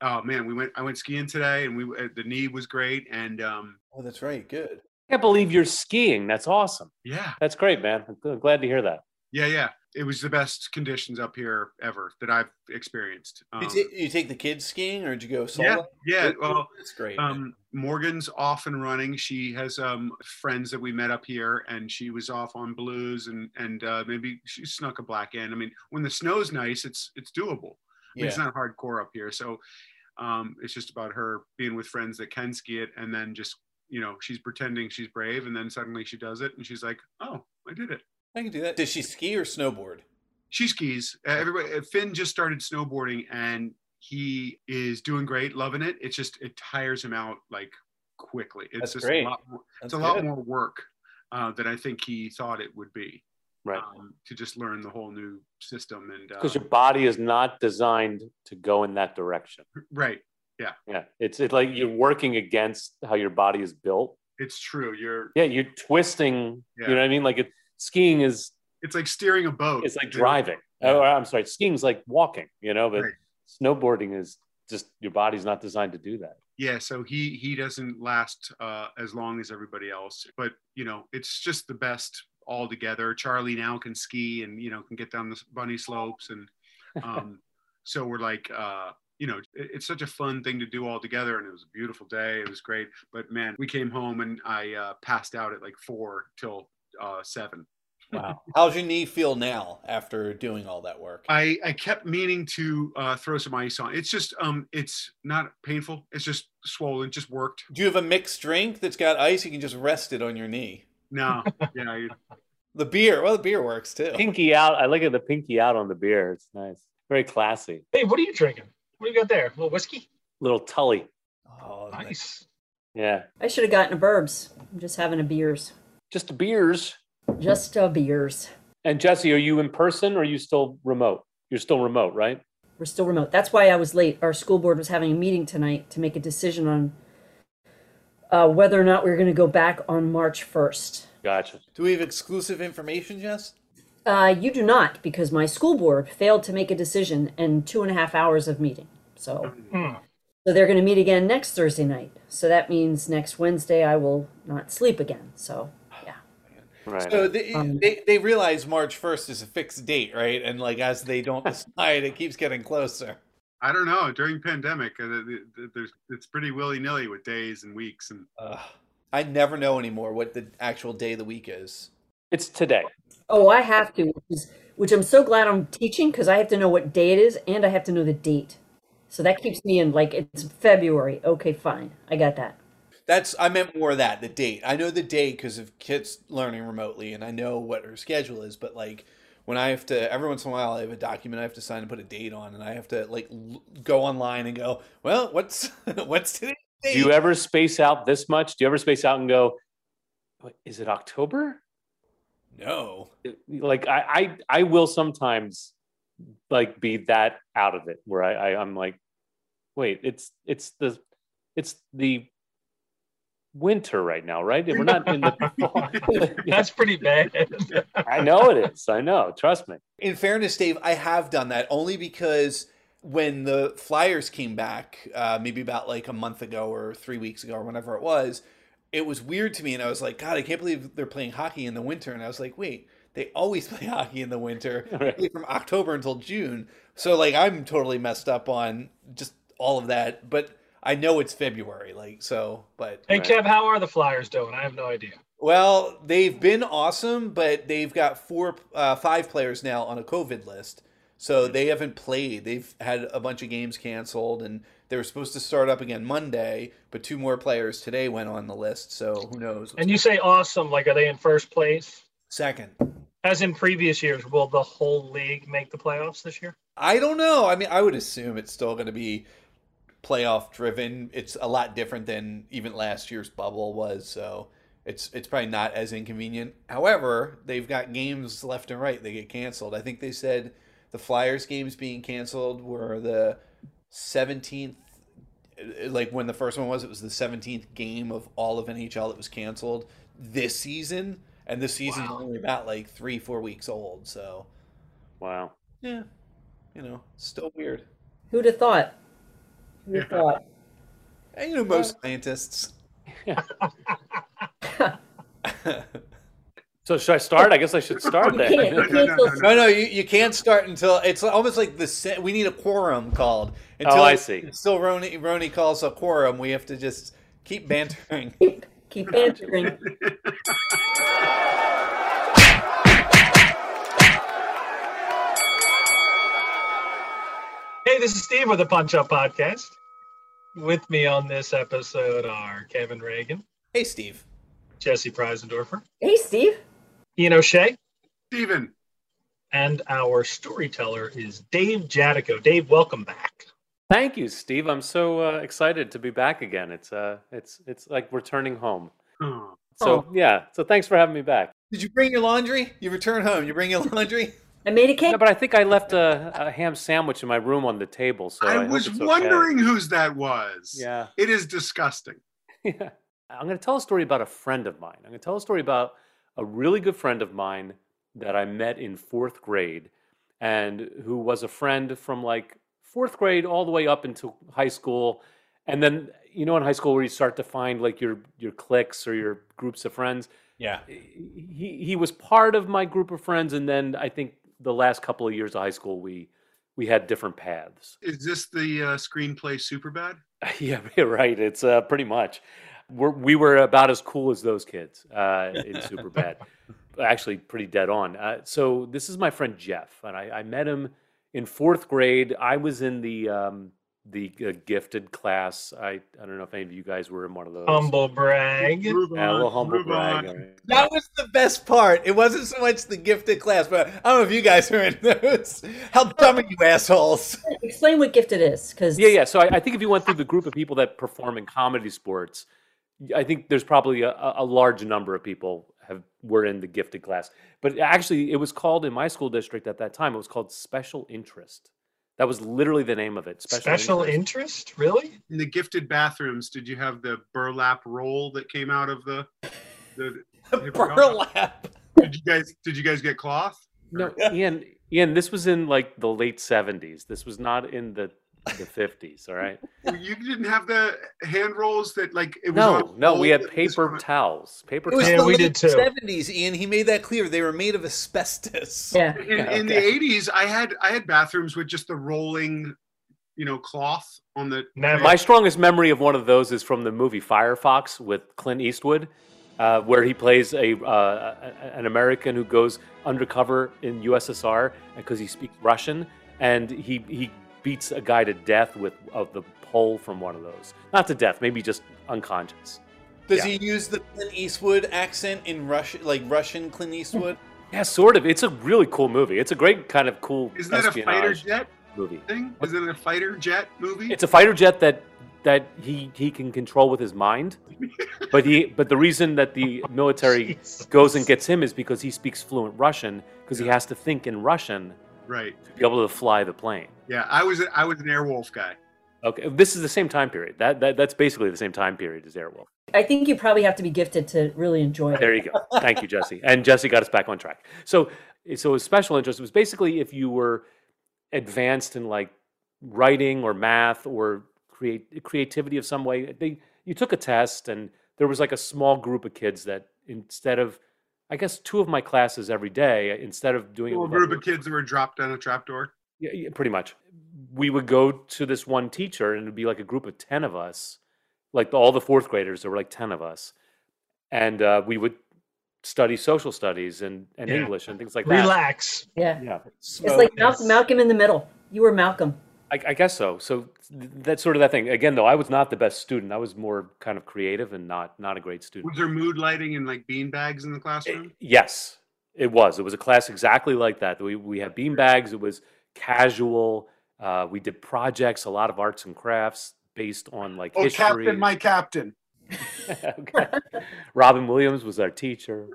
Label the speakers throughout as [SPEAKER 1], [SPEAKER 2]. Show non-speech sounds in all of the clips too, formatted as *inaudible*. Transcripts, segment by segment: [SPEAKER 1] oh man, we went. I went skiing today, and we uh, the knee was great, and um,
[SPEAKER 2] Oh, that's right. Good.
[SPEAKER 3] I can't believe you're skiing. That's awesome.
[SPEAKER 1] yeah,
[SPEAKER 3] That's great, man. I'm gl- glad to hear that.
[SPEAKER 1] yeah, yeah. It was the best conditions up here ever that I've experienced. Um,
[SPEAKER 2] you, ta- you take the kids skiing, or did you go solo?
[SPEAKER 1] yeah, yeah.
[SPEAKER 2] It-
[SPEAKER 1] Well,
[SPEAKER 2] it's great.
[SPEAKER 1] um, Morgan's off and running. She has um, friends that we met up here, and she was off on blues, and and uh, maybe she snuck a black in. I mean, when the snow's nice, it's it's doable. I mean,
[SPEAKER 2] yeah,
[SPEAKER 1] It's not hardcore up here, so um, it's just about her being with friends that can ski it, and then just you know she's pretending she's brave, and then suddenly she does it, and she's like, oh, I did it.
[SPEAKER 2] I can do that. Did she ski or snowboard?
[SPEAKER 1] she skis. Uh, Everybody, uh, Finn just started snowboarding and he is doing great, loving it. It's just it tires him out like quickly. It's
[SPEAKER 3] That's
[SPEAKER 1] just
[SPEAKER 3] great.
[SPEAKER 1] a lot. More,
[SPEAKER 2] That's
[SPEAKER 1] it's a lot
[SPEAKER 2] good.
[SPEAKER 1] more work uh, than I think he thought it would be.
[SPEAKER 3] Right.
[SPEAKER 1] Um, to just learn the whole new system and uh,
[SPEAKER 3] Because your body is not designed to go in that direction.
[SPEAKER 1] right,
[SPEAKER 3] Yeah. It's, it's like you're working against how your body is built.
[SPEAKER 1] it's true. You're.
[SPEAKER 3] Yeah. You're twisting.
[SPEAKER 1] Yeah.
[SPEAKER 3] You know what I mean? Like it, skiing is,
[SPEAKER 1] It's like steering a boat.
[SPEAKER 3] it's like
[SPEAKER 1] You know?
[SPEAKER 3] driving.
[SPEAKER 2] Yeah.
[SPEAKER 3] Or I'm sorry, skiing's like walking, you know, but
[SPEAKER 1] Right.
[SPEAKER 3] snowboarding is just your body's not designed to do that.
[SPEAKER 1] yeah so he he doesn't last uh, as long as everybody else but you know it's just the best all together charlie now can ski and you know can get down the s- bunny slopes and um, so we're like uh, you know it, it's such a fun thing to do all together and it was a beautiful day it was great but man we came home and i uh, passed out at like four till uh, seven *laughs*
[SPEAKER 3] Wow.
[SPEAKER 2] How's your knee feel now after doing all that work?
[SPEAKER 1] I, I kept meaning to uh, throw some ice on. It's just um, it's not painful. It's just swollen. Just worked.
[SPEAKER 2] do you have a mixed drink that's got ice? You can just rest it on your knee.
[SPEAKER 1] No, yeah, I-
[SPEAKER 2] The beer. Well, the beer works too.
[SPEAKER 3] pinky out. I look at the pinky out on the beer. It's nice. Very classy.
[SPEAKER 4] Hey, what are you drinking? What do you got there? A little whiskey?
[SPEAKER 3] Little tully.
[SPEAKER 2] Oh,
[SPEAKER 4] Nice.
[SPEAKER 3] Yeah.
[SPEAKER 5] I should have gotten a burbs. I'm just having a beers.
[SPEAKER 3] Just the beers.
[SPEAKER 5] Just a beers.
[SPEAKER 3] And Jesse, are you in person or are you still remote? You're still remote, right?
[SPEAKER 5] We're still remote. That's why I was late. Our school board was having a meeting tonight to make a decision on uh, whether or not we were going to go back on March 1st.
[SPEAKER 3] Gotcha.
[SPEAKER 2] Do we have exclusive information, Jess?
[SPEAKER 5] Uh, you do not, because my school board failed to make a decision in two and a half hours of meeting. So,
[SPEAKER 4] Hmm.
[SPEAKER 5] so they're going to meet again next Thursday night. So that means next Wednesday I will not sleep again. So, yeah.
[SPEAKER 3] Right.
[SPEAKER 2] So they,
[SPEAKER 5] Um,
[SPEAKER 2] they they realize March first is a fixed date, right? And like as
[SPEAKER 1] *laughs*
[SPEAKER 2] they don't decide, it keeps getting closer.
[SPEAKER 1] I don't know. During pandemic, uh, th- th- there's it's pretty willy nilly with days and weeks, and
[SPEAKER 2] Ugh. I never know anymore what the actual day of the week is.
[SPEAKER 3] it's today.
[SPEAKER 5] Oh, I have to, which, is, which I'm so glad I'm teaching because I have to know what day it is and I have to know the date. So that keeps me in like it's February. Okay, fine. I got that.
[SPEAKER 2] That's I meant more of that the date. I know the date because of kids learning remotely, and I know what her schedule is. But like when I have to, every once in a while, I have a document I have to sign and put a date on, and I have to like l- go online and go, well, what's *laughs* what's today's
[SPEAKER 3] Do
[SPEAKER 2] date?
[SPEAKER 3] you ever space out this much? Do you ever space out and go, "What, is it October?
[SPEAKER 2] no,
[SPEAKER 3] Like I, I, I will sometimes like be that out of it where I, I I'm like, wait, it's, it's the, it's the winter right now, right? We're not in the,
[SPEAKER 4] That's pretty *laughs* bad.
[SPEAKER 3] I know it is. I know. Trust me. *laughs*
[SPEAKER 2] In fairness, Dave, I have done that only because when the Flyers came back, uh, maybe about like a month ago or three weeks ago or whenever it was, it was weird to me. And I was like, God, I can't believe they're playing hockey in the winter. And I was like, wait, they always *laughs* play hockey in the winter
[SPEAKER 3] All right.
[SPEAKER 2] play from October until June. So like I'm totally messed up on just all of that. But I know it's February. Like, so, but
[SPEAKER 4] hey,
[SPEAKER 3] Right.
[SPEAKER 4] Kev, how are the Flyers doing? I have no idea.
[SPEAKER 2] well, they've been awesome, but they've got four, uh, five players now on a COVID list, so they haven't played. They've had a bunch of games canceled, and they were supposed to start up again Monday, but two more players today went on the list. So who knows?
[SPEAKER 4] And you say awesome. Like, are they in first place?
[SPEAKER 2] second,
[SPEAKER 4] As in previous years, will the whole league make the playoffs this year?
[SPEAKER 2] I don't know. I mean, I would assume it's still going to be playoff driven. It's a lot different than even last year's bubble was, so it's it's probably not as inconvenient. However, they've got games left and right they get canceled. I think they said the Flyers games being canceled were the 17th like when the first one was it was the 17th game of all of NHL that was canceled this season and this season's
[SPEAKER 4] Wow.
[SPEAKER 2] only about like 3 4 weeks old, so
[SPEAKER 3] Wow.
[SPEAKER 2] yeah, you know, still weird.
[SPEAKER 5] Who'd have thought? Your
[SPEAKER 1] Yeah.
[SPEAKER 5] thought.
[SPEAKER 2] And you know most
[SPEAKER 3] *laughs*
[SPEAKER 2] scientists. *laughs*
[SPEAKER 3] So should I start? I guess I should start
[SPEAKER 5] You can't. You
[SPEAKER 3] then.
[SPEAKER 5] can't go-
[SPEAKER 2] No, no, you, you can't start until it's almost like the se- we need a quorum called. Until
[SPEAKER 3] Oh, I see.
[SPEAKER 2] Still, Roni Roni calls a quorum. We have to just keep bantering. *laughs*
[SPEAKER 5] Keep, keep answering.
[SPEAKER 4] Hey, this is Steve with the Punch Up Podcast. With me on this episode are Kevin Reagan,
[SPEAKER 2] Hey, Steve.
[SPEAKER 4] Jesse Preisendorfer,
[SPEAKER 5] Hey, Steve.
[SPEAKER 4] Ian O'Shea,
[SPEAKER 1] Steven,
[SPEAKER 4] and our storyteller is Dave Jadico. Dave, welcome back.
[SPEAKER 3] Thank you, Steve. I'm so uh, excited to be back again. It's uh, it's it's like returning home.
[SPEAKER 1] oh,
[SPEAKER 3] So yeah. So thanks for having me back.
[SPEAKER 2] Did you bring your laundry? You return home. You bring your laundry.
[SPEAKER 5] I made a cake.
[SPEAKER 3] No, but I think I left a, a ham sandwich in my room on the table. So I,
[SPEAKER 1] I
[SPEAKER 3] hope
[SPEAKER 1] was
[SPEAKER 3] it's okay.
[SPEAKER 1] wondering whose that was.
[SPEAKER 3] Yeah.
[SPEAKER 1] It is disgusting.
[SPEAKER 3] *laughs* Yeah. I'm going to tell a story about a friend of mine. I'm going to tell a story about a really good friend of mine that I met in fourth grade and who was a friend from like fourth grade all the way up into high school. And then, you know, in high school where you start to find like your, your cliques or your groups of friends,
[SPEAKER 2] Yeah.
[SPEAKER 3] he, he was part of my group of friends. And then I think the last couple of years of high school, we, we had different paths.
[SPEAKER 1] Is this the uh, screenplay Superbad?
[SPEAKER 3] *laughs* Yeah, you're right. It's uh, pretty much. We're, we were about as cool as those kids uh, in Superbad. Actually, pretty dead on. Uh, so this is my friend Jeff, and I, I met him in fourth grade. I was in the um, the uh, gifted class. I, I don't know if any of you guys were in one of those.
[SPEAKER 4] Humble brag.
[SPEAKER 1] Move
[SPEAKER 3] Yeah, a little humble
[SPEAKER 1] move
[SPEAKER 3] brag.
[SPEAKER 1] on.
[SPEAKER 3] all right.
[SPEAKER 2] That was the best part. It wasn't so much the gifted class, but I don't know if you guys are in those. How dumb are you assholes?
[SPEAKER 5] Explain what gifted is, because
[SPEAKER 3] Yeah, yeah. So I, I think if you went through the group of people that perform in comedy sports, I think there's probably a, a a large number of people have were in the gifted class. But actually, it was called in my school district at that time. It was called special interest. That was literally the name of it.
[SPEAKER 4] Special, interest. Really?
[SPEAKER 1] In the gifted bathrooms, did you have the burlap roll that came out of the? the
[SPEAKER 2] *laughs* Burlap.
[SPEAKER 1] Did you guys? Did you guys get cloth?
[SPEAKER 3] No, Ian. Ian, this was in like the late '70s. This was not in the the '50s. All right.
[SPEAKER 1] You didn't have the hand rolls that like it was.
[SPEAKER 3] No,
[SPEAKER 1] on
[SPEAKER 3] no. We
[SPEAKER 1] roll
[SPEAKER 3] had
[SPEAKER 1] that was
[SPEAKER 3] paper
[SPEAKER 1] on-
[SPEAKER 3] towels. Paper
[SPEAKER 2] It was
[SPEAKER 4] Yeah,
[SPEAKER 3] towels.
[SPEAKER 2] the
[SPEAKER 4] we
[SPEAKER 2] late
[SPEAKER 4] did too.
[SPEAKER 2] 70s, Ian. He made that clear. They were made of asbestos.
[SPEAKER 5] yeah.
[SPEAKER 3] *laughs*
[SPEAKER 1] In, in the eighties, I had I had bathrooms with just the rolling, you know, cloth on the.
[SPEAKER 4] Never.
[SPEAKER 3] My strongest memory of one of those is from the movie Firefox with Clint Eastwood, uh, where he plays a uh, a- an American who goes undercover in USSR because he speaks Russian, and he he beats a guy to death with of the pole from one of those. Not to death, maybe just unconscious.
[SPEAKER 2] Does he use the Clint Eastwood accent in Russian, like Russian Clint
[SPEAKER 3] *laughs*
[SPEAKER 2] Eastwood?
[SPEAKER 3] Yeah, sort of. It's a really cool movie. It's a great kind of cool
[SPEAKER 1] Isn't that a fighter
[SPEAKER 3] espionage
[SPEAKER 1] jet
[SPEAKER 3] movie.
[SPEAKER 1] thing? Is it a fighter jet movie?
[SPEAKER 3] It's a fighter jet that that he he can control with his mind, but he but the reason that the military
[SPEAKER 4] Jesus.
[SPEAKER 3] goes and gets him is because he speaks fluent Russian because he has to think in Russian
[SPEAKER 1] right.
[SPEAKER 3] to be able to fly the plane.
[SPEAKER 1] Yeah, I was I was an Airwolf guy.
[SPEAKER 3] Okay, this is the same time period. That, that that's basically the same time period as Airwolf.
[SPEAKER 5] I think you probably have to be gifted to really enjoy it.
[SPEAKER 1] *laughs*
[SPEAKER 3] There you go. Thank you, Jesse. And Jesse got us back on track. So so his special interest was basically if you were advanced in like writing or math or create creativity of some way, they you took a test and there was like a small group of kids that instead of I guess two of my classes every day, instead of doing it
[SPEAKER 1] Little
[SPEAKER 3] with
[SPEAKER 1] group
[SPEAKER 3] other-
[SPEAKER 1] of kids that were dropped down a trapdoor.
[SPEAKER 3] Yeah, yeah, pretty much. We would go to this one teacher, and it'd be like a group of ten of us, like the, all the fourth graders. There were like ten of us, and uh, we would study social studies and, and
[SPEAKER 4] Yeah.
[SPEAKER 3] English and things like that.
[SPEAKER 4] Relax.
[SPEAKER 5] Yeah.
[SPEAKER 3] Yeah,
[SPEAKER 5] It's like Mal-
[SPEAKER 4] yes.
[SPEAKER 5] Malcolm in the Middle. You were Malcolm.
[SPEAKER 3] I, I guess so. So th- that's sort of that thing. Again, though, I was not the best student. I was more kind of creative and not not a great student.
[SPEAKER 1] Was there mood lighting and like bean bags in the classroom?
[SPEAKER 3] Yes, it was. It was a class exactly like that. We we had bean bags. It was casual. Uh, we did projects, a lot of arts and crafts based on like
[SPEAKER 1] Oh,
[SPEAKER 3] history.
[SPEAKER 1] Captain, my Captain.
[SPEAKER 3] *laughs* okay. Robin Williams was our teacher.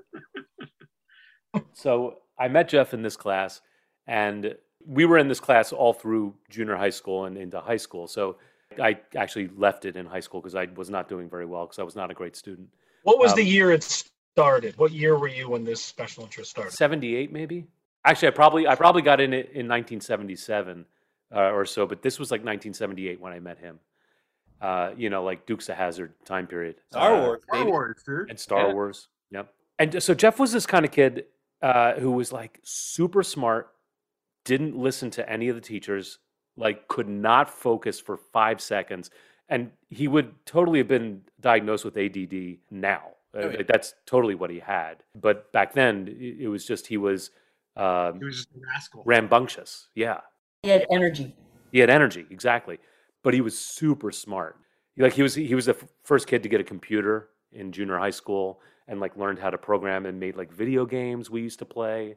[SPEAKER 3] So I met Jeff in this class, and we were in this class all through junior high school and into high school. So I actually left it in high school because I was not doing very well because I was not a great student.
[SPEAKER 4] What was
[SPEAKER 3] Um,
[SPEAKER 4] the year it started? What year were you when this special interest started?
[SPEAKER 3] 78 maybe actually i probably i probably got in it in 1977 uh, or so but this was like 1978 when i met him uh, you know, like Dukes of Hazard time period.
[SPEAKER 2] Star
[SPEAKER 3] Uh,
[SPEAKER 2] Wars.
[SPEAKER 1] Star
[SPEAKER 2] baby.
[SPEAKER 1] Wars, dude.
[SPEAKER 3] and
[SPEAKER 2] *laughs*
[SPEAKER 3] Star
[SPEAKER 2] Yeah.
[SPEAKER 3] Wars. Yep. And j- so Jeff was this kind of kid uh, who was like super smart, didn't listen to any of the teachers, like could not focus for five seconds, and he would totally have been diagnosed with ADD now. Uh,
[SPEAKER 2] Oh, yeah.
[SPEAKER 3] like, That's totally what he had. But back then, i- it was just he was um,
[SPEAKER 1] He was just a rascal.
[SPEAKER 3] rambunctious. Yeah.
[SPEAKER 5] He had energy.
[SPEAKER 3] He had energy, exactly, but he was super smart. Like he was, he was the f- first kid to get a computer in junior high school and like learned how to program and made like video games we used to play.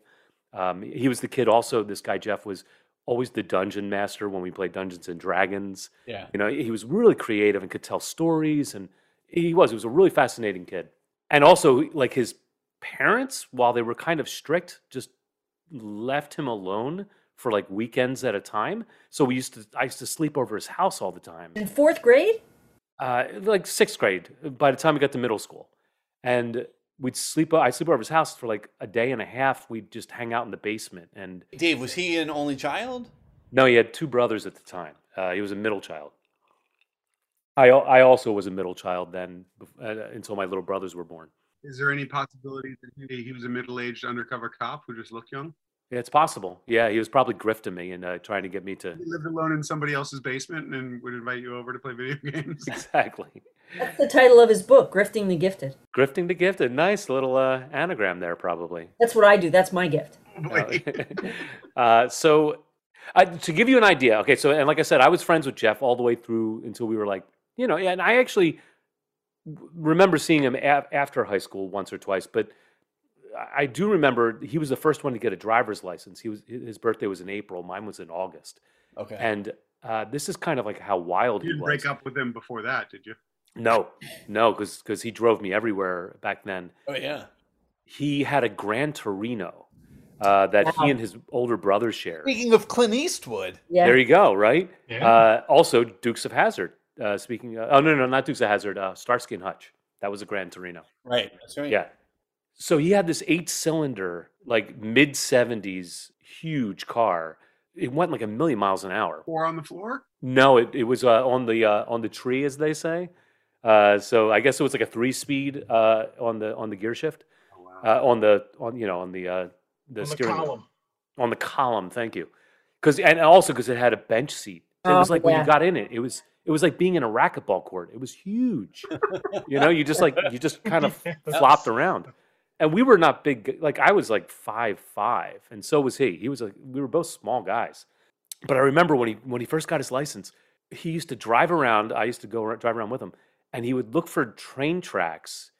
[SPEAKER 3] Um, he was the kid also. This guy Jeff was always the dungeon master when we played Dungeons and Dragons.
[SPEAKER 2] Yeah.
[SPEAKER 3] You know, he was really creative and could tell stories, and he was. He was a really fascinating kid. And also, like his parents, while they were kind of strict, just left him alone for like weekends at a time. So we used to, I used to sleep over his house all the time,
[SPEAKER 5] In fourth grade?
[SPEAKER 3] uh, like sixth grade. By the time we got to middle school, and we'd sleep. I sleep over his house for like a day and a half. We'd just hang out in the basement. And
[SPEAKER 2] Dave, was he an only child?
[SPEAKER 3] no, he had two brothers at the time. Uh, he was a middle child. I al- I also was a middle child then bef- uh, until my little brothers were born.
[SPEAKER 1] Is there any possibility that he, he was a middle-aged undercover cop who just looked young?
[SPEAKER 3] Yeah, it's possible. Yeah, he was probably grifting me and uh, trying to get me to *laughs*
[SPEAKER 1] He lived alone in somebody else's basement and would invite you over to play video *laughs*
[SPEAKER 3] *laughs*
[SPEAKER 1] games.
[SPEAKER 3] exactly.
[SPEAKER 5] That's the title of his book, Grifting the Gifted.
[SPEAKER 3] Grifting the gifted. Nice little uh, anagram there, probably.
[SPEAKER 5] That's what I do. That's my gift.
[SPEAKER 3] Uh,
[SPEAKER 1] Oh, Boy,
[SPEAKER 3] *laughs* uh, so, uh, to give you an idea, okay, so, and like I said, I was friends with Jeff all the way through until we were like, you know, yeah, and I actually w- remember seeing him af- after high school once or twice, but I- I do remember he was the first one to get a driver's license. He was his birthday was in April, mine was in August,
[SPEAKER 2] Okay.
[SPEAKER 3] and uh, this is kind of like how wild
[SPEAKER 1] you
[SPEAKER 3] he
[SPEAKER 1] didn't
[SPEAKER 3] was.
[SPEAKER 1] break up with him before that, did you?
[SPEAKER 3] No, no, because because he drove me everywhere back then.
[SPEAKER 2] oh yeah.
[SPEAKER 3] He had a Grand Torino uh, that
[SPEAKER 5] Wow.
[SPEAKER 3] he and his older brother shared.
[SPEAKER 2] Speaking of Clint Eastwood,
[SPEAKER 5] Yeah.
[SPEAKER 3] There you go, right?
[SPEAKER 4] Yeah.
[SPEAKER 3] Uh, also, Dukes of Hazard. Uh, speaking, of, oh no, no, not Dukes of Hazard. Uh, Starsky and Hutch. That was a Grand Torino.
[SPEAKER 2] right? That's right.
[SPEAKER 3] Yeah. So he had this eight-cylinder, like mid '70s, huge car. It went like a million miles an hour.
[SPEAKER 1] Four on the floor?
[SPEAKER 3] No, it, it was uh, on the uh, on the tree, as they say. Uh, so I guess it was like a three-speed uh, on the on the gear shift
[SPEAKER 1] Oh, wow.
[SPEAKER 3] uh, on the on you know on the uh, the
[SPEAKER 4] on the
[SPEAKER 3] steering wheel
[SPEAKER 4] column.
[SPEAKER 3] on the column. Thank you, because and also because it had a bench seat. It was
[SPEAKER 5] Oh,
[SPEAKER 3] like when
[SPEAKER 5] yeah.
[SPEAKER 3] you got in it, it was it was like being in a racquetball court. It was huge. you know, you just like you just kind of flopped around. And we were not big. g- Like I was like five five, and so was he. He was like we were both small guys. But I remember when he when he first got his license, he used to drive around. I used to go ar- drive around with him, and he would look for train tracks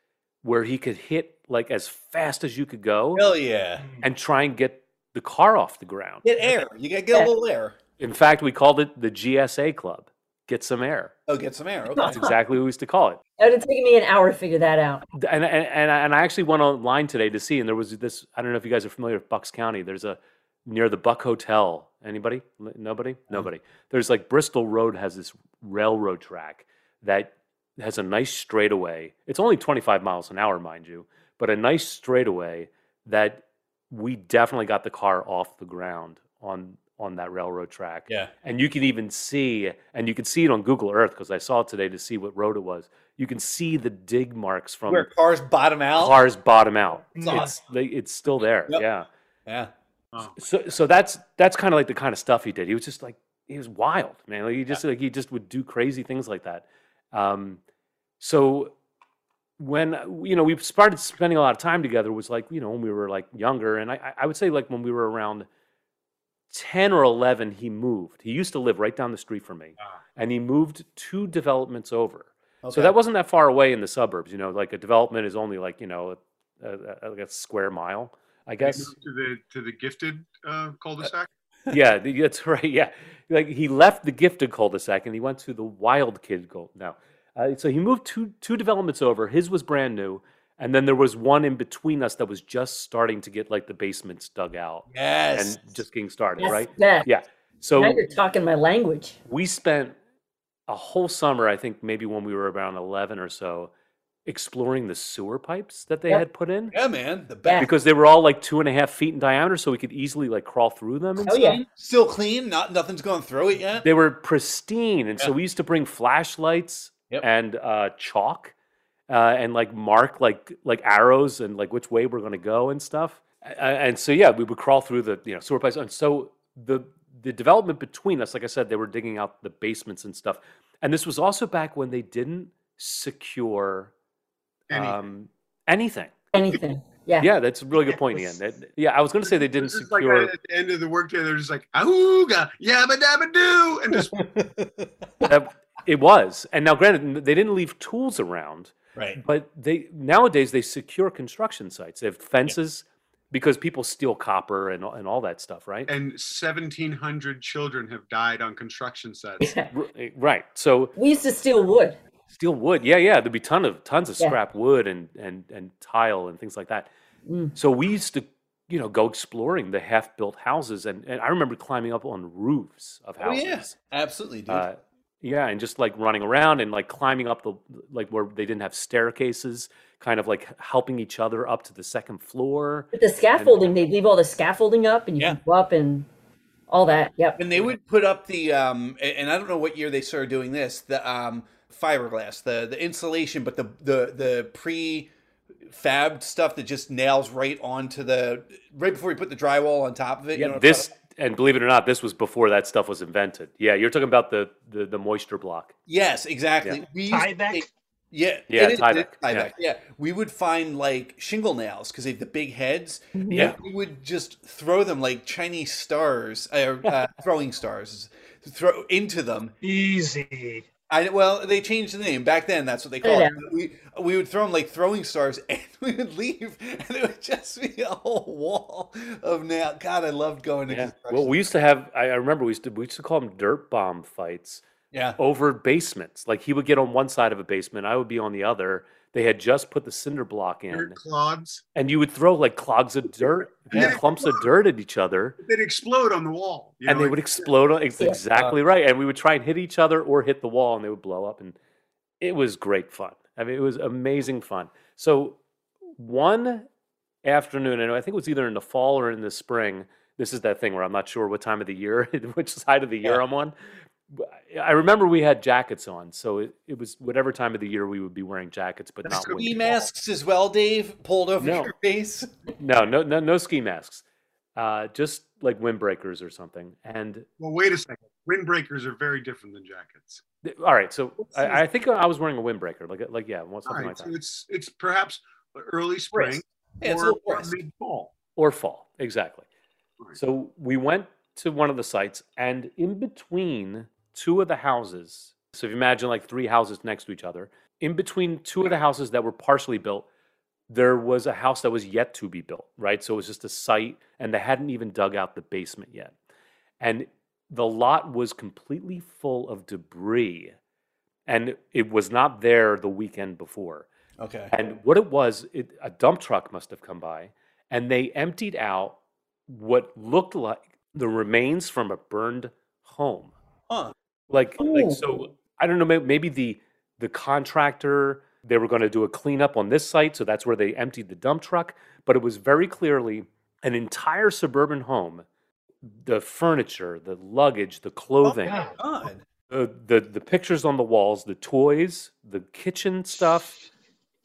[SPEAKER 3] where he could hit like as fast as you could go
[SPEAKER 2] Hell yeah.
[SPEAKER 3] Mm-hmm. and try and get the car off the ground.
[SPEAKER 2] Get air. You gotta get a little air.
[SPEAKER 3] In fact, we called it the GSA Club. Get some air.
[SPEAKER 2] Oh, get some air.
[SPEAKER 3] That's
[SPEAKER 2] Okay.
[SPEAKER 3] exactly what we used to call it.
[SPEAKER 5] It would have taken me an hour to figure that out.
[SPEAKER 3] Th- And, and, and, I, and I actually went online today to see, and there was this I don't know if you guys are familiar with Bucks County. There's a near the Buck Hotel. Anybody? N- Nobody? Nobody. There's like Bristol Road has this railroad track that has a nice straightaway. It's only 25 miles an hour, mind you, but a nice straightaway that we definitely got the car off the ground on on that railroad track
[SPEAKER 2] Yeah.
[SPEAKER 3] and you can even see and you can see it on google earth because i saw it today to see what road it was you can see the dig marks from
[SPEAKER 2] Where cars bottom out.
[SPEAKER 3] cars bottom out
[SPEAKER 4] It's
[SPEAKER 3] it's, they- it's still there
[SPEAKER 2] Yep.
[SPEAKER 3] yeah
[SPEAKER 2] Yeah.
[SPEAKER 1] Wow.
[SPEAKER 3] so so that's that's kind of like the kind of stuff he did he was just like he was wild man like he just like he just would do crazy things like that um so when uh, you know we started spending a lot of time together was like you know when we were like younger and i I- i would say like when we were around 10 or 11 he moved he used to live right down the street from me
[SPEAKER 1] Ah.
[SPEAKER 3] and he moved two developments over
[SPEAKER 2] Okay.
[SPEAKER 3] so that wasn't that far away in the suburbs you know like a development is only like you know a, a, a, like a square mile i
[SPEAKER 1] Did he
[SPEAKER 3] guess
[SPEAKER 1] move To the, to the gifted uh, cul-de-sac?
[SPEAKER 3] yeah, the- that's *laughs* right. Yeah, like he left the gifted cul-de-sac and he went to the wild kid cul. No, uh, so he moved two two developments over. His was brand new, and then there was one in between us that was just starting to get like the basements dug out
[SPEAKER 2] yes.
[SPEAKER 3] and just getting started,
[SPEAKER 5] Yes,
[SPEAKER 3] right?
[SPEAKER 5] Beth.
[SPEAKER 3] So
[SPEAKER 5] now you're talking my language.
[SPEAKER 3] we spent a whole summer, I think maybe when we were around 11 or so, exploring the sewer pipes that they
[SPEAKER 5] Yep.
[SPEAKER 3] had put in
[SPEAKER 2] Yeah, man. The
[SPEAKER 5] Yeah.
[SPEAKER 2] back
[SPEAKER 3] because they were all like two and a half feet in diameter, so we could easily like crawl through them. And
[SPEAKER 5] Oh,
[SPEAKER 3] stuff.
[SPEAKER 5] yeah.
[SPEAKER 2] still clean. Not nothing's gone through it yet.
[SPEAKER 3] They were pristine, and so
[SPEAKER 2] Yeah.
[SPEAKER 3] we used to bring flashlights
[SPEAKER 2] Yep.
[SPEAKER 3] and uh, chalk uh, and like mark like like arrows and like which way we're going to go and stuff. A- a- And so yeah, we would crawl through the you know sewer pipes, and so the the development between us, like I said, they were digging out the basements and stuff. And this was also back when they didn't secure
[SPEAKER 1] Any-
[SPEAKER 3] um, anything.
[SPEAKER 5] Anything. Yeah.
[SPEAKER 3] Yeah, that's a really good point, Ian.
[SPEAKER 4] Yes.
[SPEAKER 3] That- yeah, I was going to say they didn't
[SPEAKER 1] It's just like
[SPEAKER 3] secure
[SPEAKER 1] at the end of the workday, they're just like, ahooga, yabba dabba doo, and
[SPEAKER 3] *laughs*
[SPEAKER 1] just
[SPEAKER 3] that. It was, and now granted, n- they didn't leave tools around,
[SPEAKER 2] right.
[SPEAKER 3] but they nowadays they secure construction sites. They have fences because people steal copper and all- and all that stuff, right?
[SPEAKER 1] and 1700 children have died on construction sets.
[SPEAKER 3] R- eh, right. So
[SPEAKER 5] We used to steal wood.
[SPEAKER 3] steal wood. Yeah, yeah. There'd be ton of tons of
[SPEAKER 5] Yeah.
[SPEAKER 3] scrap wood and and and tile and things like that.
[SPEAKER 5] Mm.
[SPEAKER 3] So we used to. You know, go exploring the half-built houses, and, and I remember climbing up on roofs of
[SPEAKER 2] Oh
[SPEAKER 3] houses.
[SPEAKER 2] yeah, absolutely, dude.
[SPEAKER 3] Uh, yeah, and just like running around and like climbing up the like where they didn't have staircases, kind of like helping each other up to the second floor.
[SPEAKER 5] With the scaffolding, they leave all the scaffolding up and you
[SPEAKER 2] Yeah.
[SPEAKER 5] can go up and all that. Yep.
[SPEAKER 2] when they would put up the um, a- and I don't know what year they started doing this, the um, fiberglass, the the insulation, but the the the pre fabbed stuff that just nails right onto the right before you put the drywall on top of it. you know what I'm
[SPEAKER 3] this
[SPEAKER 2] talking-
[SPEAKER 3] and believe it or not, this was before that stuff was invented. Yeah, you're talking about the the, the moisture block.
[SPEAKER 2] yes, exactly. We used to
[SPEAKER 4] Tyvek?
[SPEAKER 2] take- yeah,
[SPEAKER 3] Yeah,
[SPEAKER 2] it is- it is
[SPEAKER 3] Tyvek, yeah.
[SPEAKER 2] Tyvek, Yeah. we would find like shingle nails because they have the big heads. and
[SPEAKER 3] Yeah.
[SPEAKER 2] we would just throw them like Chinese stars, uh, uh, throwing stars, throw into them,
[SPEAKER 4] Easy.
[SPEAKER 2] I well, they changed the name back then. That's what they
[SPEAKER 5] Yeah.
[SPEAKER 2] called it. We we would throw them like throwing stars, *laughs* and we would leave, and it would just be a whole wall of nail. God, I loved going to.
[SPEAKER 3] Yeah.
[SPEAKER 2] construction.
[SPEAKER 3] Well, we used to have. I, I remember we used to we used to call them dirt bomb fights.
[SPEAKER 2] yeah,
[SPEAKER 3] over basements. Like he would get on one side of a basement, I would be on the other. They had just put the cinder block in,
[SPEAKER 1] Dirt clods
[SPEAKER 3] and you would throw like clogs of dirt,
[SPEAKER 1] Yeah.
[SPEAKER 3] and clumps of dirt at each other,
[SPEAKER 1] that explode on the wall. you
[SPEAKER 3] and
[SPEAKER 1] know,
[SPEAKER 3] they would explode. on- It's
[SPEAKER 5] Yeah.
[SPEAKER 3] exactly right. And we would try and hit each other or hit the wall, and they would blow up. And it was great fun. I mean, it was amazing fun. So one afternoon, and I think it was either in the fall or in the spring. This is that thing where I'm not sure what time of the year, *laughs* which side of the year
[SPEAKER 2] Yeah.
[SPEAKER 3] I'm on. But I I remember we had jackets on, so it, it was whatever time of the year we would be wearing jackets, but
[SPEAKER 1] That's
[SPEAKER 3] not
[SPEAKER 1] gonna
[SPEAKER 3] winter.
[SPEAKER 2] ski masks as well, Dave pulled over
[SPEAKER 3] No.
[SPEAKER 2] your face. *laughs*
[SPEAKER 3] No, no, no, no ski masks. Uh, just like windbreakers or something. And
[SPEAKER 1] Well, wait a second. Windbreakers are very different than jackets.
[SPEAKER 3] th- all right, so
[SPEAKER 1] season?
[SPEAKER 3] I, I think I was wearing a windbreaker, like like yeah, well,
[SPEAKER 1] All
[SPEAKER 3] something
[SPEAKER 1] right,
[SPEAKER 3] like
[SPEAKER 1] so
[SPEAKER 3] that,
[SPEAKER 1] it's it's perhaps early spring
[SPEAKER 2] Yeah, it's a
[SPEAKER 1] or,
[SPEAKER 2] little
[SPEAKER 1] or
[SPEAKER 2] worse.
[SPEAKER 1] mid fall.
[SPEAKER 3] or fall, exactly.
[SPEAKER 1] Right.
[SPEAKER 3] So we went to one of the sites, and in between two of the houses, so if you imagine like three houses next to each other, in between two of the houses that were partially built, there was a house that was yet to be built, right? So it was just a site, and they hadn't even dug out the basement yet. And the lot was completely full of debris, and it was not there the weekend before. *laughs*
[SPEAKER 2] Okay,
[SPEAKER 3] And what it was, it, a dump truck must have come by, and they emptied out what looked like the remains from a burned home.
[SPEAKER 2] Huh. Oh.
[SPEAKER 3] Like, like so.
[SPEAKER 5] Ooh.
[SPEAKER 3] I don't know. may- Maybe the the contractor they were going to do a cleanup on this site, so that's where they emptied the dump truck. But it was very clearly an entire suburban home. The furniture, the luggage,
[SPEAKER 2] Oh,
[SPEAKER 3] the clothing,
[SPEAKER 4] God.
[SPEAKER 2] God,
[SPEAKER 3] the, Uh, the the pictures on the walls, the toys, the kitchen stuff,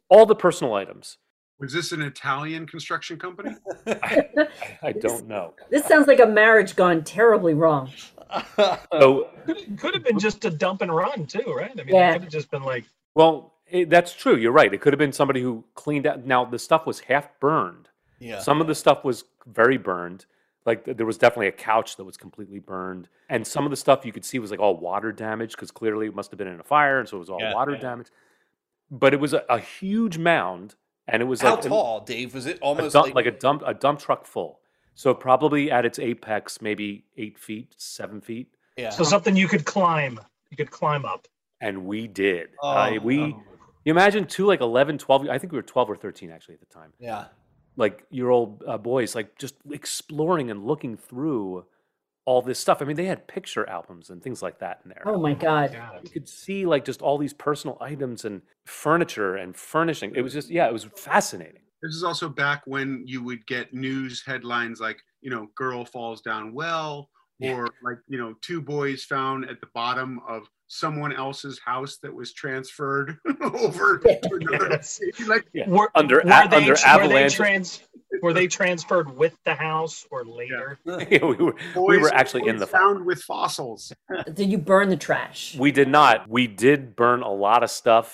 [SPEAKER 3] all the personal items.
[SPEAKER 1] Was this an Italian construction company?
[SPEAKER 3] I don't
[SPEAKER 2] *laughs*
[SPEAKER 3] know.
[SPEAKER 5] This sounds like a marriage gone terribly wrong.
[SPEAKER 3] So,
[SPEAKER 4] Could, could have been just a dump and run too, right? I mean,
[SPEAKER 5] Yeah.
[SPEAKER 4] it could have just been like,
[SPEAKER 3] well, it, that's true. You're right. It could have been somebody who cleaned out. Now, the stuff was half burned.
[SPEAKER 2] yeah,
[SPEAKER 3] Some of the stuff was very burned. Like th- there was definitely a couch that was completely burned, and some of the stuff you could see was like all water damage because clearly it must have been in a fire, and so it was all
[SPEAKER 2] Yeah,
[SPEAKER 3] water
[SPEAKER 2] yeah.
[SPEAKER 3] damage. But it was a, a huge mound, and it was
[SPEAKER 2] how
[SPEAKER 3] like an-
[SPEAKER 2] tall, Dave? Was it
[SPEAKER 3] a
[SPEAKER 2] almost
[SPEAKER 3] dump,
[SPEAKER 2] like,
[SPEAKER 3] like a dump a dump truck full. So probably at its apex, maybe eight feet, seven feet.
[SPEAKER 2] yeah?
[SPEAKER 4] so something you could climb. You could climb up.
[SPEAKER 3] and we did
[SPEAKER 2] Oh,
[SPEAKER 3] Uh, we
[SPEAKER 2] no.
[SPEAKER 3] you imagine two like 11 12 i think we were 12 or 13 actually at the time
[SPEAKER 2] yeah,
[SPEAKER 3] like your old uh, boys like just exploring and looking through all this stuff. I mean, they had picture albums and things like that in there.
[SPEAKER 5] Oh my God.
[SPEAKER 4] God.
[SPEAKER 3] you could see like just all these personal items and furniture and furnishing. It was just yeah, it was fascinating.
[SPEAKER 1] This is also back when you would get news headlines like, you know, girl falls down well,
[SPEAKER 3] Yeah.
[SPEAKER 1] or like, you know, two boys found at the bottom of someone else's house that was transferred *laughs*
[SPEAKER 3] *laughs*
[SPEAKER 1] over to another.
[SPEAKER 4] Yes.
[SPEAKER 1] Like,
[SPEAKER 3] Yeah.
[SPEAKER 4] Were,
[SPEAKER 3] Under
[SPEAKER 4] were
[SPEAKER 3] a-
[SPEAKER 4] they,
[SPEAKER 3] under
[SPEAKER 4] were they
[SPEAKER 3] avalanche.
[SPEAKER 4] trans- were they transferred with the house or later?
[SPEAKER 3] *laughs* we were we
[SPEAKER 1] boys-
[SPEAKER 3] were actually in
[SPEAKER 1] boys
[SPEAKER 3] the fire.
[SPEAKER 1] found with fossils.
[SPEAKER 5] Did you burn the trash?
[SPEAKER 3] We did not. We did burn a lot of stuff,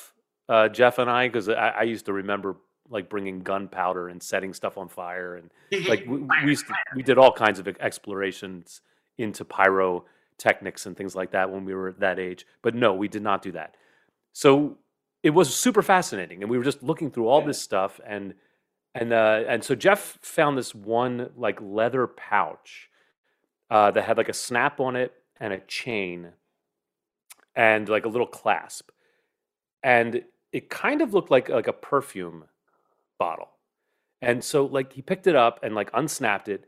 [SPEAKER 3] uh, Jeff and I, because I, I used to remember like bringing gunpowder and setting stuff on fire and *laughs* like we, we used to, we did all kinds of explorations into pyrotechnics and things like that when we were that age but no we did not do that so it was super fascinating and we were just looking through all
[SPEAKER 2] Yeah.
[SPEAKER 3] this stuff and and uh and so jeff found this one like leather pouch uh that had like a snap on it and a chain and like a little clasp and it kind of looked like like a perfume bottle and so like he picked it up and like unsnapped it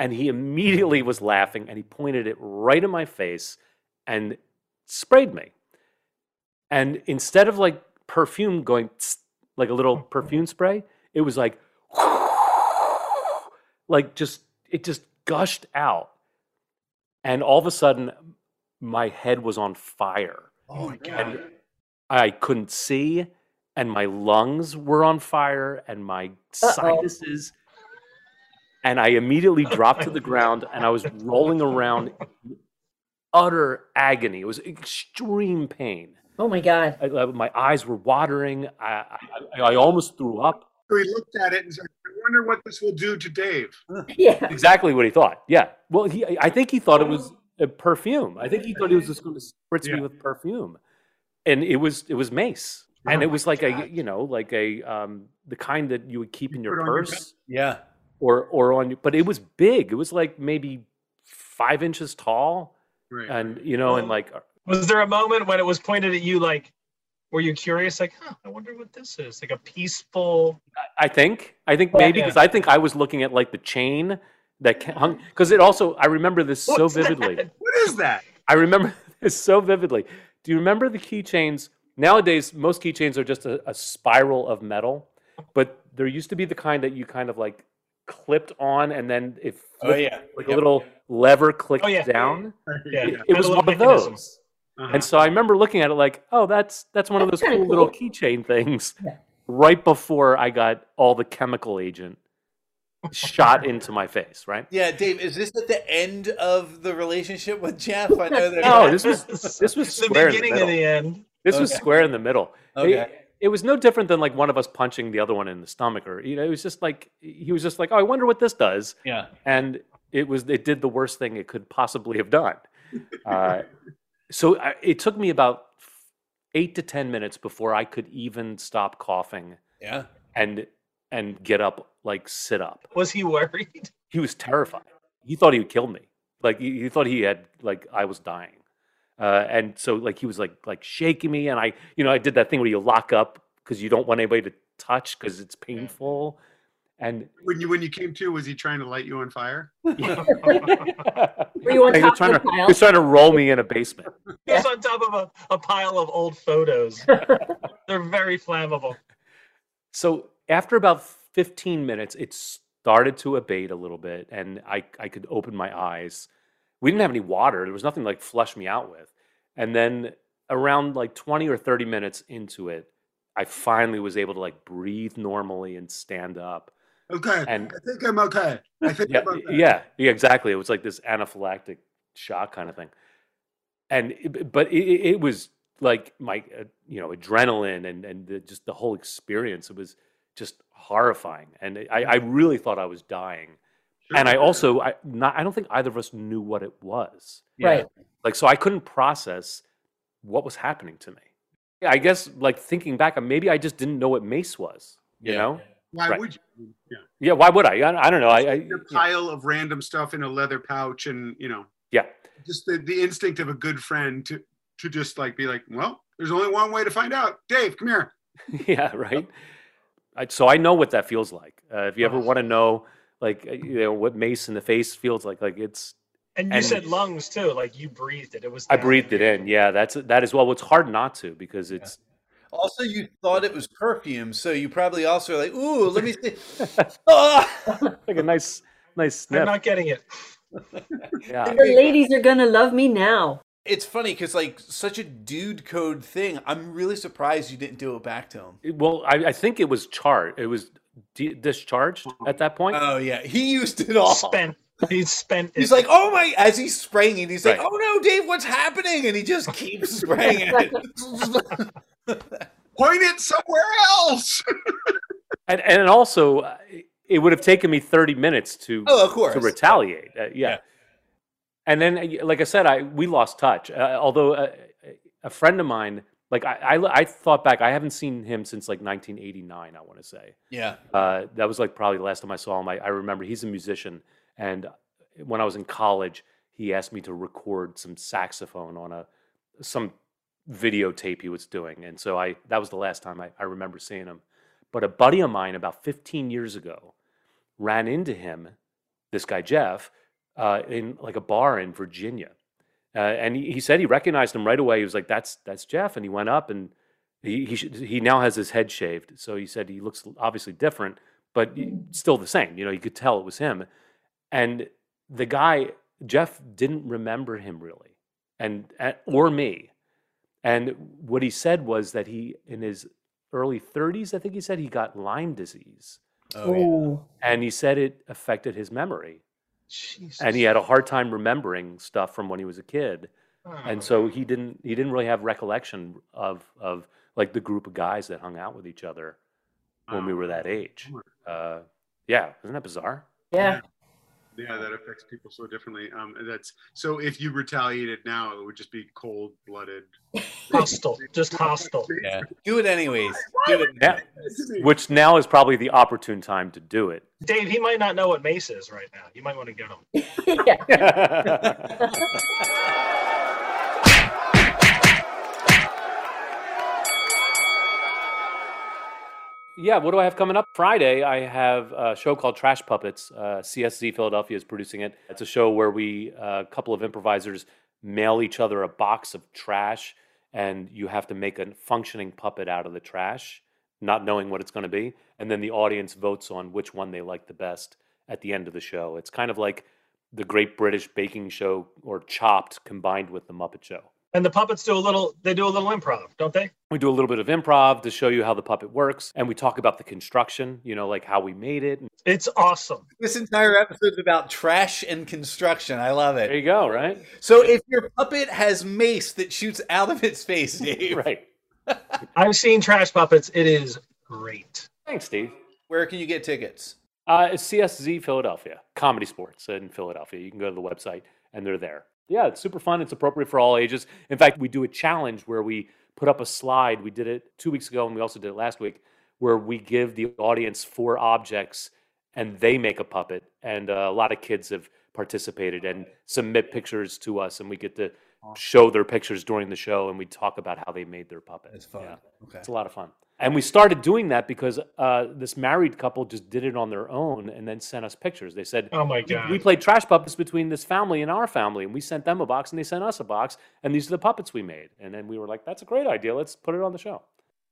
[SPEAKER 3] and he immediately was laughing and he pointed it right in my face and sprayed me. And instead of like perfume going tss, like a little perfume spray, it was like *laughs* like just it just gushed out. And all of a sudden my head was on fire.
[SPEAKER 2] Oh my
[SPEAKER 4] God.
[SPEAKER 3] I couldn't see, and my lungs were on fire, and my sinuses. And I immediately dropped to the ground, and I was rolling around in utter agony. It was extreme pain.
[SPEAKER 5] Oh my God. *laughs*
[SPEAKER 3] I, I- my eyes were watering. I, I, I almost threw up.
[SPEAKER 1] So he looked at it and said, I wonder what this will do to Dave.
[SPEAKER 5] Yeah.
[SPEAKER 3] Exactly what he thought. Yeah. Well, he, I- I think he thought it was a perfume. I think he thought he was just going to spritz me
[SPEAKER 1] Yeah.
[SPEAKER 3] with perfume, and it was it was mace. and
[SPEAKER 1] Oh
[SPEAKER 3] it was like a
[SPEAKER 1] God.
[SPEAKER 3] you know like a um the kind that you would keep in your
[SPEAKER 1] put on your
[SPEAKER 3] purse
[SPEAKER 2] Yeah.
[SPEAKER 3] or or on your but it was big it was like maybe five inches tall
[SPEAKER 1] Right.
[SPEAKER 3] and you know and like
[SPEAKER 4] Was there a moment when it was pointed at you, like, were you curious, like, huh, I wonder what this is? Like a peaceful.
[SPEAKER 3] I- i think i think
[SPEAKER 4] Yeah,
[SPEAKER 3] maybe
[SPEAKER 4] yeah.
[SPEAKER 3] because i think i was looking at like the chain that ca- hung because it also i remember this so
[SPEAKER 4] What's
[SPEAKER 3] vividly
[SPEAKER 1] *laughs*
[SPEAKER 4] that?
[SPEAKER 1] what is that?
[SPEAKER 3] i remember *laughs* this so vividly do you remember the keychains nowadays most keychains are just a, a spiral of metal but there used to be the kind that you kind of like clipped on and then it
[SPEAKER 2] Oh
[SPEAKER 3] flipped
[SPEAKER 2] yeah.
[SPEAKER 3] like a little lever clicked
[SPEAKER 4] Oh, yeah.
[SPEAKER 3] down.
[SPEAKER 1] Yeah.
[SPEAKER 4] Yeah.
[SPEAKER 3] It
[SPEAKER 4] Had a
[SPEAKER 3] was
[SPEAKER 4] little
[SPEAKER 3] one of
[SPEAKER 4] mechanism.
[SPEAKER 3] those.
[SPEAKER 1] Uh-huh.
[SPEAKER 3] And so I remember looking at it like, oh, that's that's one of those
[SPEAKER 5] That's
[SPEAKER 3] cool,
[SPEAKER 5] kinda
[SPEAKER 3] little
[SPEAKER 5] cool.
[SPEAKER 3] keychain things.
[SPEAKER 5] *laughs* Yeah.
[SPEAKER 3] Right before I got all the chemical agent shot into my face,
[SPEAKER 4] *laughs*
[SPEAKER 3] right?
[SPEAKER 2] Yeah, Dave, is this at the end of the relationship with Jeff? I
[SPEAKER 3] *laughs*
[SPEAKER 2] know that.
[SPEAKER 3] No, Oh, this
[SPEAKER 4] *laughs*
[SPEAKER 3] was this was
[SPEAKER 4] the
[SPEAKER 3] square in the
[SPEAKER 4] beginning
[SPEAKER 3] middle.
[SPEAKER 4] and the end.
[SPEAKER 3] this was
[SPEAKER 2] Okay.
[SPEAKER 3] square in the middle. It-
[SPEAKER 2] Okay.
[SPEAKER 3] It, was no different than like one of us punching the other one in the stomach, or you know, it was just like he was just like, oh, I wonder what this does.
[SPEAKER 2] Yeah.
[SPEAKER 3] and it was it did the worst thing it could possibly have done. Uh, so I, it took me about eight to ten minutes before I could even stop coughing
[SPEAKER 2] Yeah.
[SPEAKER 3] and and get up like sit up.
[SPEAKER 4] Was he worried?
[SPEAKER 3] He was terrified. He thought he would kill me. Like he, he thought he had like I was dying. Uh, and so like he was like like shaking me and I you know I did that thing where you lock up because you don't want anybody to touch because it's painful and
[SPEAKER 1] when you when you came to, was he trying to light you on fire?
[SPEAKER 5] *laughs* Were you on
[SPEAKER 3] He was
[SPEAKER 5] top of
[SPEAKER 3] trying
[SPEAKER 5] the
[SPEAKER 3] to- he
[SPEAKER 5] pile?
[SPEAKER 3] was trying to roll me in a basement.
[SPEAKER 4] He was on top of a, a pile of old photos. They're very flammable.
[SPEAKER 3] So after about 15 minutes, it started to abate a little bit, and I, I could open my eyes. We didn't have any water. There was nothing to, like flush me out with. And then around like 20 or 30 minutes into it, I finally was able to like breathe normally and stand up.
[SPEAKER 1] Okay.
[SPEAKER 3] And-
[SPEAKER 1] I think I'm okay. I think
[SPEAKER 3] Yeah,
[SPEAKER 1] I'm okay.
[SPEAKER 3] yeah, yeah, exactly. It was like this anaphylactic shock kind of thing. And it- but it, it- it was like my uh, you know adrenaline and and the, just the whole experience. It was just horrifying, and it- I, I really thought I was dying.
[SPEAKER 1] Mm-hmm. Sure.
[SPEAKER 3] And I also I not I don't think either of us knew what it was.
[SPEAKER 5] Right.
[SPEAKER 3] Like so, I couldn't process what was happening to me. Yeah, I guess like thinking back, maybe I just didn't know what mace was. You
[SPEAKER 2] Yeah.
[SPEAKER 3] know?
[SPEAKER 1] why
[SPEAKER 3] right.
[SPEAKER 1] would you? Yeah.
[SPEAKER 3] Yeah. Why would I? I, I don't know. I, I
[SPEAKER 1] A
[SPEAKER 3] yeah.
[SPEAKER 1] pile of random stuff in a leather pouch, and you know,
[SPEAKER 3] yeah.
[SPEAKER 1] just the, the instinct of a good friend to to just like be like, well, there's only one way to find out. Dave, come here.
[SPEAKER 3] *laughs* yeah right I, so i know what that feels like uh, if you ever
[SPEAKER 4] Oh.
[SPEAKER 3] want to know like uh, you know what mace in the face feels like like it's
[SPEAKER 4] And you
[SPEAKER 3] And-
[SPEAKER 4] said lungs too, like you breathed it. It was.
[SPEAKER 3] I
[SPEAKER 4] that.
[SPEAKER 3] breathed it in. Yeah, that's that is well. It's hard not to because it's
[SPEAKER 2] Also, you thought it was perfume, so you probably also were like, "Ooh, let me see." *laughs* Ah!
[SPEAKER 3] like a nice nice
[SPEAKER 4] I'm
[SPEAKER 3] sniff.
[SPEAKER 4] not getting it.
[SPEAKER 3] yeah.
[SPEAKER 5] The ladies are gonna love me now.
[SPEAKER 2] It's funny because like such a dude code thing. I'm really surprised you didn't do it back to him.
[SPEAKER 3] It- Well, I, I think it was charged. It was d- discharged at that point.
[SPEAKER 2] Oh yeah, he used it all.
[SPEAKER 4] Spent. He spent.
[SPEAKER 2] He's
[SPEAKER 4] it.
[SPEAKER 2] like, "Oh my!" As he's spraying it, he's
[SPEAKER 3] Right.
[SPEAKER 2] like, "Oh no, Dave, what's happening?" And he just keeps spraying it.
[SPEAKER 1] Point it somewhere else. *laughs*
[SPEAKER 3] and and also, uh, it would have taken me thirty minutes to
[SPEAKER 2] *laughs* oh, of course.
[SPEAKER 3] to retaliate. Uh, yeah.
[SPEAKER 2] Yeah.
[SPEAKER 3] And then, uh, like I said, I we lost touch. Uh, although uh, a friend of mine, like I, I, I thought back, I haven't seen him since like 1989. I want to say
[SPEAKER 2] yeah.
[SPEAKER 3] uh, that was like probably the last time I saw him. I, I remember he's a musician, and uh, when I was in college, he asked me to record some saxophone on a some videotape he was doing, and so I that was the last time I, I remember seeing him. But a buddy of mine about 15 years ago ran into him, this guy Jeff, uh, in like a bar in Virginia, uh, and he, he said he recognized him right away. He was like, "That's that's Jeff," and he went up and he he, should, he now has his head shaved, so he said he looks obviously different, but y- still the same. You know, you could tell it was him. And the guy Jeff didn't remember him really, and and- or me. And what he said was that he in his early 30s, I think he said he got Lyme disease,
[SPEAKER 2] Oh, yeah.
[SPEAKER 3] and he said it affected his memory,
[SPEAKER 4] Jesus.
[SPEAKER 3] and he had a hard time remembering stuff from when he was a kid
[SPEAKER 4] Oh.
[SPEAKER 3] and so he didn't he didn't really have recollection of of like the group of guys that hung out with each other when we were that age
[SPEAKER 1] Bummer.
[SPEAKER 3] uh yeah isn't that bizarre
[SPEAKER 5] Yeah.
[SPEAKER 1] Yeah, that affects people so differently. Um, and that's so. If you retaliated now, it would just be cold blooded.
[SPEAKER 4] hostile, just hostile.
[SPEAKER 2] Yeah. Do it anyways. Do it.
[SPEAKER 3] yeah which now is probably the opportune time to do it
[SPEAKER 4] Dave, he might not know what mace is right now. You might want to get him.
[SPEAKER 5] yeah.
[SPEAKER 3] *laughs*
[SPEAKER 5] *laughs*
[SPEAKER 3] yeah what do i have coming up friday i have a show called trash puppets uh, csc philadelphia is producing it it's a show where we a couple of improvisers mail each other a box of trash and you have to make a functioning puppet out of the trash not knowing what it's going to be and then the audience votes on which one they like the best at the end of the show it's kind of like the Great British Baking Show or Chopped combined with the Muppet Show.
[SPEAKER 4] And the puppets do a little. They do a little improv, don't they?
[SPEAKER 3] We do a little bit of improv to show you how the puppet works, and we talk about the construction, you know, like how we made it. And
[SPEAKER 4] It's awesome.
[SPEAKER 2] This entire episode is about trash and construction. I love
[SPEAKER 3] there
[SPEAKER 2] it.
[SPEAKER 3] you go, right?
[SPEAKER 2] So if your puppet has mace that shoots out of its
[SPEAKER 3] *laughs*
[SPEAKER 2] face, Dave,
[SPEAKER 3] Right.
[SPEAKER 4] I've seen trash puppets. It is great.
[SPEAKER 3] Thanks, Steve.
[SPEAKER 2] where can you get tickets?
[SPEAKER 3] Uh, it's CSZ Philadelphia, Comedy Sports in Philadelphia. You can go to the website and they're there. Yeah, it's super fun. It's appropriate for all ages. In fact, we do a challenge where we put up a slide. We did it two weeks ago and we also did it last week where we give the audience four objects and they make a puppet. And uh, a lot of kids have participated and submit pictures to us and we get to show their pictures during the show and we talk about how they made their puppet.
[SPEAKER 2] It's fun.
[SPEAKER 3] Yeah.
[SPEAKER 2] Okay.
[SPEAKER 3] It's a lot of fun. And we started doing that because uh, this married couple just did it on their own and then sent us pictures. They said,
[SPEAKER 4] Oh my
[SPEAKER 3] "We-
[SPEAKER 4] god.
[SPEAKER 3] We played trash puppets between this family and our family. And we sent them a box and they sent us a box. And these are the puppets we made. And then we were like, that's a great idea. Let's put it on the show.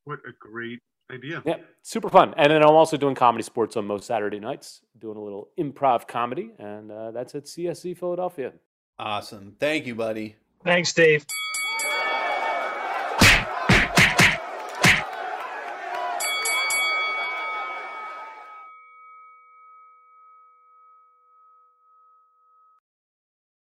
[SPEAKER 1] What a great idea.
[SPEAKER 3] Yeah, super fun. And then I'm also doing comedy sports on most Saturday nights, doing a little improv comedy. And uh, that's at CSC Philadelphia.
[SPEAKER 2] Awesome. Thank you, buddy.
[SPEAKER 4] Thanks, Dave.